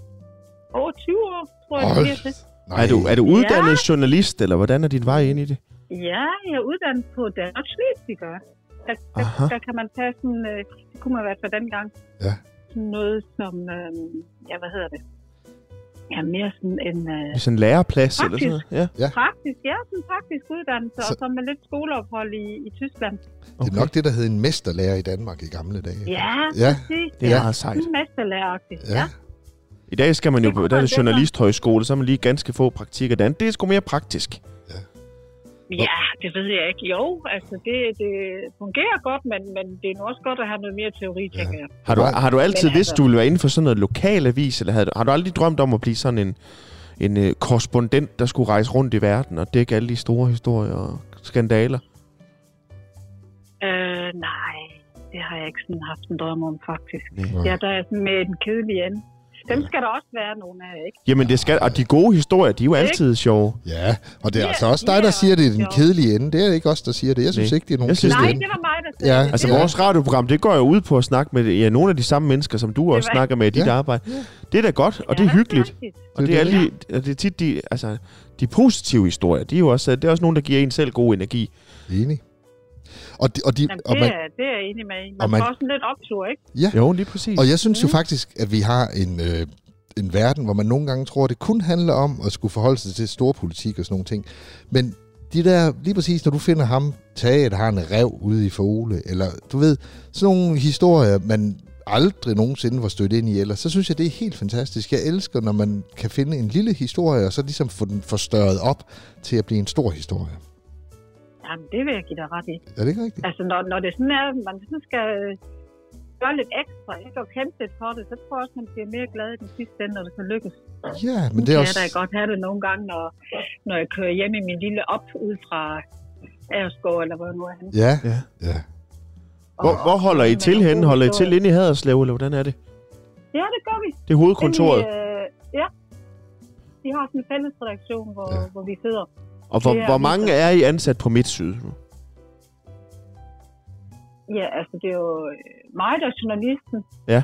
Speaker 3: Over 20 år, tror jeg, det
Speaker 2: Hold
Speaker 3: bliver til.
Speaker 2: Nej,
Speaker 1: Er du, er du uddannet ja. journalist, eller hvordan er din vej ind i det?
Speaker 3: Ja, jeg er uddannet på Danmarks Slesviger. Der, der,
Speaker 1: Aha.
Speaker 3: der, kan man tage sådan... Øh, det kunne man være for dengang.
Speaker 2: Ja.
Speaker 3: Sådan noget som... Øh, ja, hvad hedder det? Ja, mere sådan en... Øh,
Speaker 1: Sådan en læreplads eller sådan noget?
Speaker 3: Faktisk.
Speaker 1: Ja.
Speaker 2: Ja.
Speaker 3: Praktisk, ja, sådan en praktisk uddannelse, så... og
Speaker 2: Så-
Speaker 3: så med lidt skoleophold i, i Tyskland.
Speaker 2: Det er nok det, der hed en mesterlærer i Danmark i gamle dage.
Speaker 3: Ja,
Speaker 2: Ja,
Speaker 3: præcis.
Speaker 1: Det er
Speaker 2: Ja.
Speaker 1: ja. meget sejt.
Speaker 3: Sådan mesterlæreragtigt.
Speaker 2: ja.
Speaker 1: I dag skal man jo
Speaker 3: Det
Speaker 1: på
Speaker 3: kunne
Speaker 1: den
Speaker 3: man
Speaker 1: her
Speaker 3: godt.
Speaker 1: journalisthøjskole, så er man lige ganske få praktikker derinde. Det er sgu mere praktisk.
Speaker 3: ja, det ved jeg ikke. Jo, altså det, det fungerer godt, men, men det er nu også godt at have noget mere teori, ja. tænker jeg.
Speaker 1: Har du,
Speaker 2: Nej.
Speaker 1: har du altid
Speaker 3: Men
Speaker 1: vidst,
Speaker 3: altså-
Speaker 1: du ville være inden for sådan noget lokalavis, eller havde, du- har du aldrig drømt om at blive sådan en, en øh, korrespondent, der skulle rejse rundt i verden og dække alle de store historier og skandaler?
Speaker 3: Øh, nej, det har jeg ikke sådan haft en drøm om, faktisk.
Speaker 2: Nå.
Speaker 3: Ja, der er sådan med den kedelige ende. Dem skal der også være nogle af, ikke?
Speaker 1: Jamen, det skal, og de gode historier, de er jo altid sjove.
Speaker 2: Ja, og det er
Speaker 3: Ja,
Speaker 2: altså også dig,
Speaker 3: ja,
Speaker 2: der siger, det er den
Speaker 3: jo.
Speaker 2: kedelige ende. Det er ikke os, der siger det. Jeg synes
Speaker 1: Nej.
Speaker 2: ikke, det er nogen
Speaker 1: Jeg synes,
Speaker 2: kedelig
Speaker 3: Nej,
Speaker 2: ende.
Speaker 3: det var mig, der sagde
Speaker 2: Ja.
Speaker 3: det.
Speaker 1: Altså
Speaker 3: det. var-
Speaker 1: vores radioprogram, det går jo ud på at snakke med ja, nogle af de samme mennesker, som du også
Speaker 3: var-
Speaker 1: snakker med i dit
Speaker 2: Ja.
Speaker 1: arbejde. Det er da godt, og det
Speaker 3: Ja,
Speaker 1: er hyggeligt.
Speaker 3: rigtigt.
Speaker 1: Og det er, alle de, og det er tit de, altså, de positive historier, de er jo også, det er også nogen, der giver en selv god energi.
Speaker 2: Enig. Og, de, og, de,
Speaker 3: Jamen,
Speaker 2: og,
Speaker 3: det,
Speaker 2: man,
Speaker 3: er, det er jeg enig med. i.
Speaker 2: og
Speaker 3: Man, man
Speaker 2: man-
Speaker 3: får også en lidt optur, ikke?
Speaker 1: Jo, lige præcis.
Speaker 2: Og jeg synes
Speaker 3: Mm.
Speaker 2: jo faktisk, at vi har en, øh, en verden, hvor man nogle gange tror, at det kun handler om at skulle forholde sig til storpolitik og sådan nogle ting. Men de der, lige præcis når du finder ham, Tage, der har en rev ude i Fole, eller du ved, sådan nogle historier, man aldrig nogensinde var stødt ind i ellers, så synes jeg, det er helt fantastisk. Jeg elsker, når man kan finde en lille historie, og så ligesom få den forstørret op til at blive en stor historie.
Speaker 3: Jamen, det vil jeg give dig ret i.
Speaker 2: Er det ikke rigtigt?
Speaker 3: Altså, når, når det sådan er, at man sådan skal øh, gøre lidt ekstra, ikke? Og kæmpe lidt for det, så tror jeg også, man bliver mere glad i den sidste ende, når det så lykkes.
Speaker 2: Ja, men
Speaker 3: Det
Speaker 2: det er
Speaker 3: kan
Speaker 2: også...
Speaker 3: jeg da godt have det nogle gange, når, når jeg kører hjem i min lille op ud fra Aarskov, eller hvor jeg nu er han.
Speaker 2: Ja,
Speaker 1: Ja.
Speaker 2: ja.
Speaker 1: Hvor, hvor holder I til henne? Holder I til inde i Haderslev, eller hvordan er det?
Speaker 3: Ja, det gør vi.
Speaker 1: Det er hovedkontoret.
Speaker 3: Inde i, øh, ja. Vi har sådan en fælles redaktion, hvor,
Speaker 2: Ja.
Speaker 3: ja. hvor vi sidder.
Speaker 1: Og hvor,
Speaker 3: øh, det er
Speaker 1: hvor mange
Speaker 3: hovedkontoret.
Speaker 1: er I ansat på Midtsyd?
Speaker 3: Ja, altså det er jo øh, mig, der er journalisten.
Speaker 1: Ja.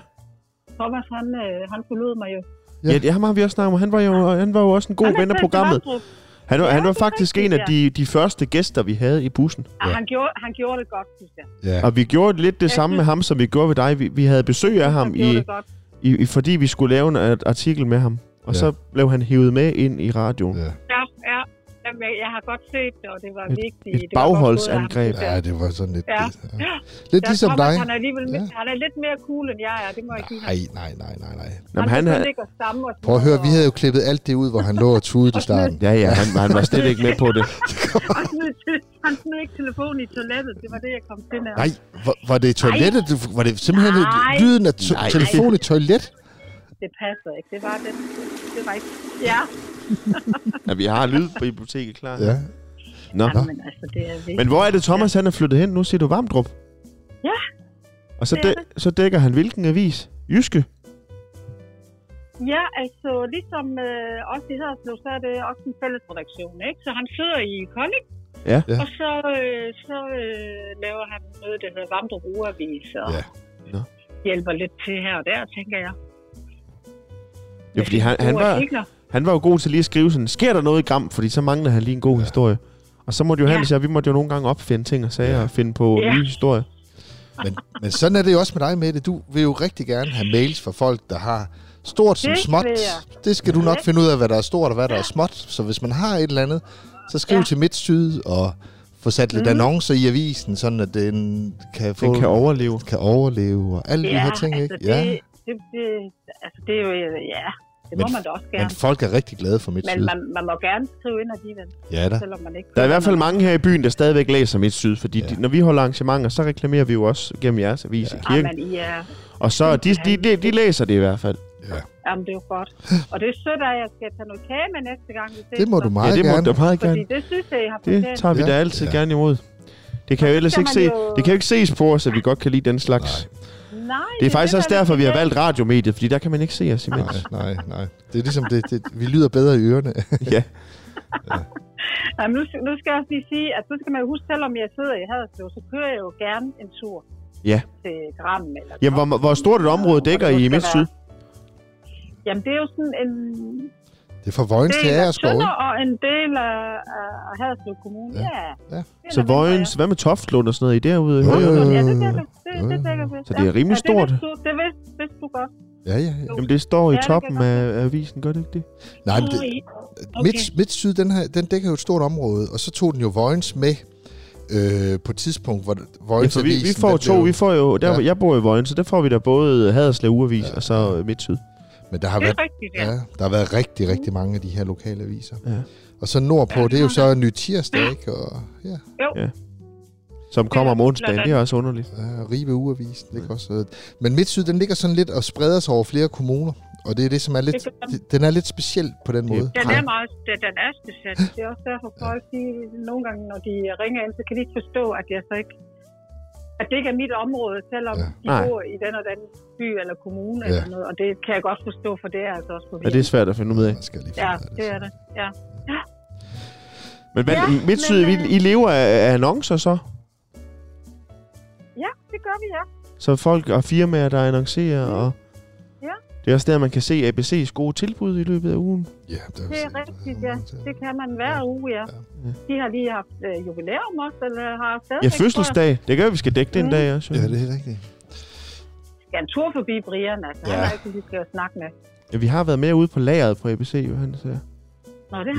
Speaker 3: Thomas, han, øh, han forlod mig jo.
Speaker 2: Ja.
Speaker 1: Ja, ja ham har vi også snakket om. Han var jo, han var jo også en god
Speaker 3: Han er
Speaker 1: ven af
Speaker 3: selv til
Speaker 1: programmet.
Speaker 3: Vamdrup.
Speaker 1: Han, ja,
Speaker 3: Ja,
Speaker 1: han var
Speaker 3: det er
Speaker 1: faktisk en
Speaker 3: rigtigt,
Speaker 1: af
Speaker 3: ja.
Speaker 1: de, de første gæster, vi havde i bussen.
Speaker 3: Og han, gjorde, han gjorde det godt, synes jeg.
Speaker 2: Ja.
Speaker 1: Og vi gjorde lidt det
Speaker 3: Jeg
Speaker 1: samme med
Speaker 3: synes-
Speaker 1: ham, som vi gjorde ved dig. Vi, vi havde besøg af ham,
Speaker 3: han gjorde
Speaker 1: i,
Speaker 3: det godt.
Speaker 1: i, i, fordi vi skulle lave en øh, artikel med ham. Og
Speaker 2: Ja.
Speaker 1: så blev han hivet med ind i radioen.
Speaker 2: Ja.
Speaker 3: Ja, ja. Jamen, jeg- jeg har godt set det, og det var
Speaker 1: Et-
Speaker 3: vigtigt.
Speaker 1: et
Speaker 3: Det var godt
Speaker 1: bagholdsangreb.
Speaker 3: gået af ham, synes
Speaker 2: ja,
Speaker 3: jeg.
Speaker 2: det var sådan lidt...
Speaker 3: Ja.
Speaker 2: Ja. Lidt
Speaker 3: Der
Speaker 2: ligesom
Speaker 3: Thomas,
Speaker 2: dig.
Speaker 3: Han er, alligevel,
Speaker 2: Ja.
Speaker 3: ja. han er lidt mere cool, end jeg er. Det må jeg give ham.
Speaker 2: Nej, nej, nej, nej, nej.
Speaker 1: Jamen, han,
Speaker 3: han,
Speaker 1: han,
Speaker 3: ligger sammen og
Speaker 2: Prøv at høre, vi havde jo klippet alt det ud, hvor han lå og tudede i starten.
Speaker 1: ja, ja, han, han var slet ikke med på det.
Speaker 3: [laughs] Han smed, te- han smed ikke telefonen i toilettet. Det var det, jeg kom til med.
Speaker 2: Nej, var, var det i toilettet? du- Var det simpelthen
Speaker 3: Nej.
Speaker 2: lyden af to-
Speaker 1: Nej.
Speaker 2: telefon i toilet?
Speaker 3: Det passer ikke. Det var det. Det var ikke. Ja,
Speaker 1: [laughs] Ja, vi har lyd på biblioteket klar.
Speaker 2: Ja.
Speaker 1: Nå.
Speaker 3: Jamen, altså, det er vigtigt.
Speaker 1: Men hvor er det, Thomas han er flyttet hen? Nu siger du Varmdrup.
Speaker 3: Ja,
Speaker 1: Og så,
Speaker 3: det er
Speaker 1: dæ- så dækker han hvilken avis? Jyske?
Speaker 3: Ja, altså, ligesom øh, også i Haderslev, så er det også en fælles redaktion, ikke? Så han sidder i Kolding,
Speaker 1: Ja.
Speaker 2: Ja.
Speaker 3: og så, øh, så øh, laver han noget, der hedder Vamdrup Ugeavis, og
Speaker 2: Ja.
Speaker 3: ja.
Speaker 1: Nå.
Speaker 3: hjælper lidt til her og der, tænker jeg.
Speaker 1: Ja, fordi han, han,
Speaker 3: Gode
Speaker 1: var,
Speaker 3: artikler.
Speaker 2: Mm,
Speaker 1: han var jo god til lige at skrive sådan, sker der noget i Gram? Fordi så mangler han lige en god historie. Og så måtte Johannes ja. og vi måtte jo nogle gange opfinde ting og sager og finde på
Speaker 3: Ja.
Speaker 1: nye historier.
Speaker 2: Men, men sådan er det jo også med dig, Mette. Du vil jo rigtig gerne have mails fra folk, der har stort som
Speaker 3: Det
Speaker 2: småt.
Speaker 3: vil jeg.
Speaker 2: Det skal du nok finde ud af, hvad der er stort og hvad der er småt. Så hvis man har et eller andet, så skriv ja.
Speaker 3: Ja. Mhm.
Speaker 2: til Midtsyd og få sat lidt mm. annoncer i avisen, sådan at den kan, få,
Speaker 1: Den kan overleve.
Speaker 2: kan overleve og alle ja, de her ting. Ikke?
Speaker 3: altså, det, Det, det, altså, det er jo, øh, ja, det må
Speaker 2: Men-
Speaker 3: man da også
Speaker 2: Men
Speaker 3: gerne.
Speaker 2: folk er rigtig glade for
Speaker 3: Men
Speaker 2: Midtsyd.
Speaker 3: man, man må gerne skrive ind alligevel,
Speaker 2: Ja da.
Speaker 3: selvom man ikke...
Speaker 1: Der er i hvert fald mange her i byen, der stadigvæk læser mit syd, fordi
Speaker 2: Ja.
Speaker 1: ja. de, når vi holder arrangementer, så reklamerer vi jo også gennem jeres avis ja. i kirken.
Speaker 3: Jamen, I er,
Speaker 1: Og så, de, de, de, de læser det i hvert fald.
Speaker 2: Ja.
Speaker 3: jamen, det er jo godt. Og det er sødt, at jeg skal tage noget kage med næste gang, vi ses.
Speaker 2: Det må
Speaker 3: så.
Speaker 2: du
Speaker 1: Ja,
Speaker 2: meget
Speaker 1: det må
Speaker 2: gerne.
Speaker 1: du meget gerne.
Speaker 3: Fordi det synes jeg, I har
Speaker 1: Det
Speaker 3: fortjent.
Speaker 1: tager vi
Speaker 2: Ja.
Speaker 1: da altid
Speaker 2: Ja.
Speaker 1: ja. gerne imod. Det kan jo ellers
Speaker 3: skal
Speaker 1: ikke se,
Speaker 3: man
Speaker 1: jo...
Speaker 3: jo-
Speaker 1: det kan jo ikke ses på os, at vi godt kan lide den slags. Nej.
Speaker 3: Nej,
Speaker 1: Det er faktisk
Speaker 3: det
Speaker 1: også
Speaker 3: der
Speaker 1: derfor,
Speaker 3: lidt
Speaker 1: vi har
Speaker 3: specielt.
Speaker 1: valgt radiomediet, fordi der kan man ikke se os imens.
Speaker 2: Nej, nej, nej. Det er ligesom, det, det, vi lyder bedre i ørerne. [laughs]
Speaker 1: ja.
Speaker 3: Jamen, nu, nu skal jeg også lige sige, at så skal man jo huske, selvom jeg sidder i Haderslev, så kører jeg jo gerne en tur
Speaker 1: ja.
Speaker 3: til Gram. Eller
Speaker 1: Jamen, hvor, hvor stort et område dækker
Speaker 3: Og
Speaker 1: I
Speaker 3: så
Speaker 1: i
Speaker 3: skal
Speaker 1: Midt Syd?
Speaker 3: Jamen, det er jo sådan en
Speaker 2: Det er fra Vojens til
Speaker 3: del af
Speaker 2: Agerskov,
Speaker 3: Tønder
Speaker 2: ikke?
Speaker 3: og en del af, af af Haderslev Kommune.
Speaker 2: Ja.
Speaker 3: Ja. ja.
Speaker 2: Ja.
Speaker 3: Det er
Speaker 1: Så
Speaker 3: der mindre,
Speaker 1: Vojens, hvad med Toftlund og sådan noget? I derude? i
Speaker 2: Jo,
Speaker 3: Ja,
Speaker 1: Højre?
Speaker 2: jo, jo.
Speaker 3: Ja, det dækker, det, det dækker vi.
Speaker 1: Så det er
Speaker 3: Ja.
Speaker 1: rimelig
Speaker 3: Ja, det
Speaker 1: stort.
Speaker 3: vidste du- Det vidste, vidste du godt.
Speaker 2: Ja, ja, ja.
Speaker 1: Jamen, det står i
Speaker 3: Ja, det kan
Speaker 1: toppen
Speaker 3: godt
Speaker 1: af af avisen, gør det ikke det?
Speaker 2: Nej, men det,
Speaker 3: Okay.
Speaker 2: Midt, Midtsyd, den, her, den dækker jo et stort område, og så tog den jo Vojens med øh, på et tidspunkt, hvor
Speaker 1: Ja,
Speaker 2: Vojens
Speaker 1: for vi, vi får to, vi får jo, der,
Speaker 2: Ja.
Speaker 1: jeg bor i Vojens, så der får vi da både Haderslev Urevis og så øh, Midt Syd.
Speaker 2: Men der har,
Speaker 3: Det
Speaker 2: været,
Speaker 3: er rigtigt, ja.
Speaker 2: ja, der har været rigtig, rigtig mange af de her lokale aviser.
Speaker 1: Ja.
Speaker 2: Og så nordpå, det er jo så Ny Tirsdag, ikke? Og, ja,
Speaker 1: Som kommer om
Speaker 3: Ja,
Speaker 1: onsdagen, det er også underligt.
Speaker 2: ja, Øh, Ribe Ugeavisen, det kan også... Men Midtsyd, den ligger sådan lidt og spreder sig over flere kommuner. Og det er det, som er lidt...
Speaker 3: Det gør den.
Speaker 2: Den er lidt speciel på den måde.
Speaker 3: Den er meget, den, den er speciel. Det er også derfor, folk de, nogle gange, når de ringer ind, så kan de ikke forstå, at jeg så ikke at det ikke er mit område, selvom
Speaker 2: Ja.
Speaker 3: ja. de
Speaker 1: Nej.
Speaker 3: bor i den og den by eller kommune
Speaker 2: Ja.
Speaker 3: ja. eller noget. Og det kan jeg godt forstå, for det er altså også på
Speaker 1: Ja, det er svært at finde ud af.
Speaker 2: Man skal lige finde
Speaker 3: ja,
Speaker 2: ud af
Speaker 3: det er det. Ja.
Speaker 1: Men hvad,
Speaker 3: Ja,
Speaker 1: ja, Midt Syd,
Speaker 3: men,
Speaker 1: vi,
Speaker 3: øh,
Speaker 1: I lever af, af annoncer så?
Speaker 3: ja, det gør vi, ja.
Speaker 1: Så folk og firmaer, der annoncerer, og
Speaker 3: Mm. Ja.
Speaker 1: det er også der, man kan se ABC's gode tilbud i løbet af ugen.
Speaker 2: Ja, der
Speaker 3: Det er
Speaker 2: sådan-
Speaker 3: rigtigt, ja. Det kan man hver uge, ja. De har lige haft øh, jubilæum også, eller har stadigvæk...
Speaker 1: Ja,
Speaker 3: tror jeg.
Speaker 1: fødselsdag. Det gør, at vi skal dække den
Speaker 3: Mm.
Speaker 1: dag også.
Speaker 2: Ja,
Speaker 1: Ja.
Speaker 2: det er helt rigtigt.
Speaker 3: Skal en tur forbi Brian, altså. Ja. Han
Speaker 2: Ja.
Speaker 3: er ikke lige til at snakke med.
Speaker 1: Ja, vi har været med ude på lageret på ABC, Johannes. Ja,
Speaker 3: Nå, det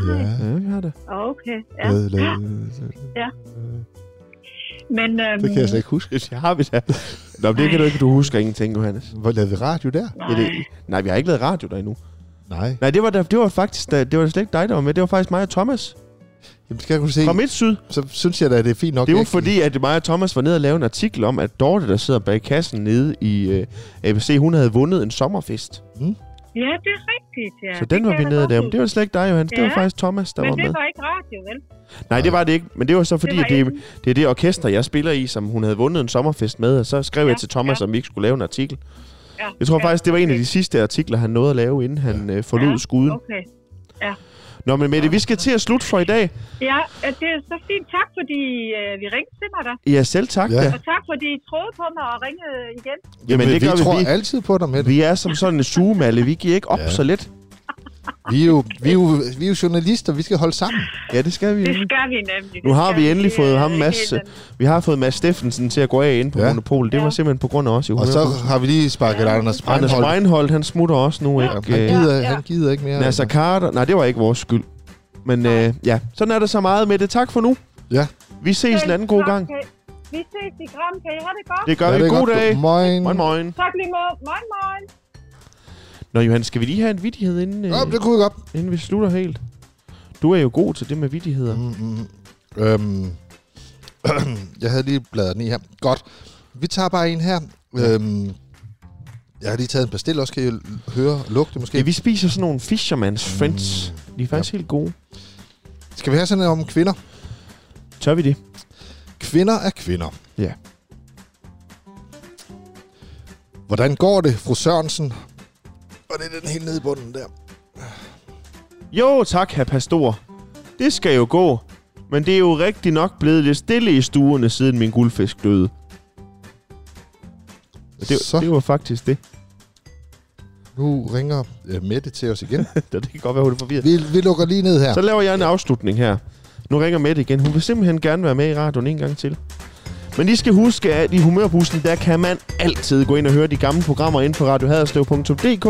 Speaker 3: har jeg.
Speaker 1: ja vi har det.
Speaker 3: Okay, ja.
Speaker 2: Ja. Lad, lad,
Speaker 3: Ja. Men, øhm,
Speaker 2: Det kan jeg slet ikke huske.
Speaker 1: Det har vi da. Nå, men det kan du ikke. Du husker ingenting, Johannes.
Speaker 2: Hvor lavede vi radio der?
Speaker 1: Ja, det, nej, vi har ikke lavet radio der endnu.
Speaker 2: Nej.
Speaker 1: Nej, det var, da, det var faktisk da, det var slet ikke dig, der var med. Det var faktisk mig og Thomas
Speaker 2: Jamen, skal jeg kunne se,
Speaker 1: fra Midt Syd.
Speaker 2: så synes jeg da, det er fint nok.
Speaker 1: Det er jo
Speaker 2: ikke?
Speaker 1: fordi, at mig og Thomas var nede og lave en artikel om, at Dorte, der sidder bag kassen nede i øh, ABC, hun havde vundet en sommerfest.
Speaker 3: Ja, det er rigtigt, ja.
Speaker 1: Så den var vi nede der. Men det var slet ikke dig, Johannes. Ja. Det var
Speaker 3: Ja.
Speaker 1: faktisk Thomas, der
Speaker 3: Men
Speaker 1: var med.
Speaker 3: det var ikke radio, vel?
Speaker 1: Nej, det var det ikke. Men det var så fordi, det
Speaker 3: var
Speaker 1: at det,
Speaker 3: ikke.
Speaker 1: det er det orkester, jeg spiller i, som hun havde vundet en sommerfest med. Og så skrev ja. jeg til Thomas, ja. om vi ikke skulle lave en artikel.
Speaker 3: Ja.
Speaker 1: Jeg tror
Speaker 3: ja,
Speaker 1: faktisk, det var en af
Speaker 3: okay.
Speaker 1: de sidste artikler, han nåede at lave, inden han øh, forlod
Speaker 3: Ja,
Speaker 1: skuden.
Speaker 3: Okay.
Speaker 1: Nå, men Mette, vi skal til at slutte for i dag.
Speaker 3: Ja, øh, det er så fint. Tak, fordi øh, vi ringte til mig da.
Speaker 1: Ja, selv tak
Speaker 2: Ja.
Speaker 1: ja. da.
Speaker 3: Og tak, fordi I troede på mig og ringede igen.
Speaker 1: Jamen, det
Speaker 2: vi
Speaker 1: gør vi.
Speaker 2: tror
Speaker 1: Vi-
Speaker 2: altid på dig, Mette.
Speaker 1: Vi er som sådan en sugemalle. Vi giver ikke op
Speaker 2: Ja.
Speaker 1: ja. så let.
Speaker 2: Vi er, jo, vi, er jo, vi er jo journalister, vi skal holde sammen.
Speaker 1: Ja, det skal vi.
Speaker 3: Det
Speaker 1: jo.
Speaker 3: skal vi nemlig.
Speaker 1: Nu
Speaker 3: Det
Speaker 1: har
Speaker 3: skal
Speaker 1: vi endelig
Speaker 3: Det
Speaker 1: fået
Speaker 3: er
Speaker 1: ham, Mads. øh,
Speaker 3: helt andet.
Speaker 1: Vi har fået Mads Steffensen til at gå af ind på ja.
Speaker 2: Ja.
Speaker 1: Monopol. Det ja. var
Speaker 3: Ja.
Speaker 1: simpelthen på grund af os. i
Speaker 2: Og så
Speaker 1: 100%.
Speaker 2: har vi lige sparket Anders
Speaker 1: Anders
Speaker 2: Breinholt.
Speaker 1: Breinholt, han smutter også nu,
Speaker 2: Jamen,
Speaker 1: ikke?
Speaker 2: Han
Speaker 1: Øh,
Speaker 2: gider,
Speaker 3: Ja, ja.
Speaker 2: han gider ikke mere.
Speaker 1: Nasser Carter. Nej, det var ikke vores skyld. Men øh, ja, sådan er der så meget med det. Tak for nu.
Speaker 2: Ja.
Speaker 1: Vi ses en anden god gang.
Speaker 3: Vi ses i Gram. Kan I have det godt?
Speaker 1: Det gør
Speaker 2: Ja,
Speaker 1: vi.
Speaker 2: det er
Speaker 1: God
Speaker 2: godt.
Speaker 1: dag.
Speaker 2: Moin.
Speaker 1: Moin, moin.
Speaker 3: Tak lige måde. Moin, moin.
Speaker 1: Nå, Johan, skal vi lige have en vidighed, inden,
Speaker 2: Ja,
Speaker 1: øh,
Speaker 2: det kunne vi godt.
Speaker 1: inden vi slutter helt? Du er jo god til det med vidigheder.
Speaker 2: Mm, mm. Øhm, [clears throat] jeg havde lige bladret den i her. Godt. Vi tager bare en her. Øhm, jeg har lige taget en pastil også, kan I l- høre og lugte måske.
Speaker 1: Ja, vi spiser sådan nogle fisherman's
Speaker 2: Mm.
Speaker 1: friends. De er faktisk helt gode.
Speaker 2: Skal vi have sådan en om kvinder?
Speaker 1: Tør vi det?
Speaker 2: Kvinder er kvinder.
Speaker 1: Ja.
Speaker 2: Hvordan går det, fru Sørensen? Og det er den helt nede i bunden der.
Speaker 1: Jo tak, herr pastor. Det skal jo gå. Men det er jo rigtig nok blevet lidt stille i stuerne, siden min guldfisk døde. Det,
Speaker 2: Så
Speaker 1: det var faktisk det. [laughs]
Speaker 2: nu ringer øh, Mette til os igen.
Speaker 1: det kan godt være, hun er forvirret.
Speaker 2: vi, vi lukker lige ned her.
Speaker 1: Så laver jeg en afslutning her. Nu ringer Mette igen. Hun vil simpelthen gerne være med i radioen en gang til. Men I skal huske, at i Humørbussen, der kan man altid gå ind og høre de gamle programmer inde på radiohaderslev.dk.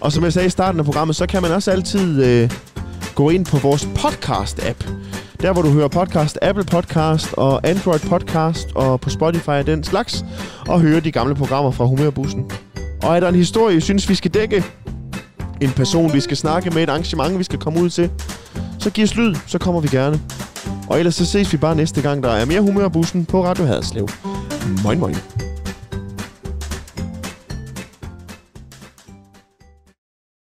Speaker 1: Og som jeg sagde i starten af programmet, så kan man også altid øh, gå ind på vores podcast-app. Der, hvor du hører podcast, Apple Podcast og Android Podcast og på Spotify og den slags. Og høre de gamle programmer fra Humørbussen. Og er der en historie, I synes, vi skal dække? En person, vi skal snakke med, et arrangement, vi skal komme ud til? så giv os lyd, så kommer vi gerne. Og ellers så ses vi bare næste gang, der er mere humørbussen på Radio Haderslev. Moin moin.